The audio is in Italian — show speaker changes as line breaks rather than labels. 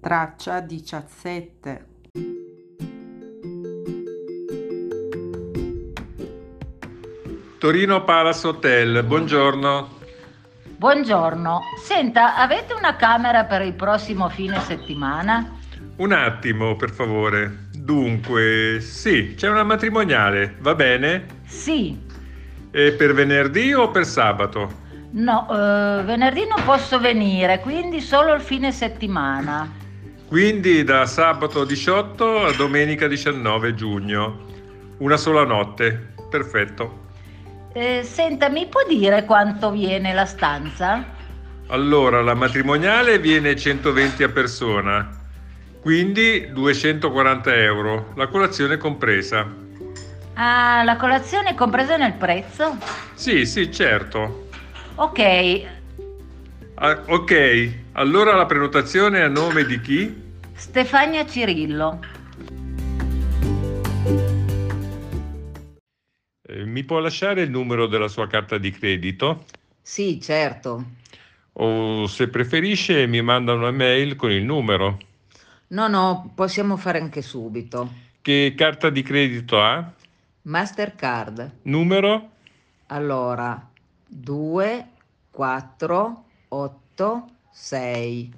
Traccia 17.
Torino Palace Hotel, buongiorno.
Buongiorno, senta, avete una camera per il prossimo fine settimana?
Un attimo, per favore. Dunque, sì, c'è una matrimoniale, va bene?
Sì,
E per venerdì o per sabato?
no, eh, venerdì non posso venire, quindi solo il fine settimana.
Quindi da sabato 18 a domenica 19 giugno. Una sola notte. Perfetto.
Eh, senta, mi può dire quanto viene la stanza?
Allora, la matrimoniale viene 120 a persona, quindi 240 euro, la colazione compresa.
Ah, la colazione è compresa nel prezzo?
Sì, sì, certo.
Ok,
Ah, ok, allora la prenotazione a nome di chi?
Stefania Cirillo.
Eh, Mi può lasciare il numero della sua carta di credito?
Sì, certo.
O se preferisce mi manda una mail con il numero.
No, no, possiamo fare anche subito.
Che carta di credito ha?
Mastercard.
Numero?
Allora, 2, 4, 8, 6.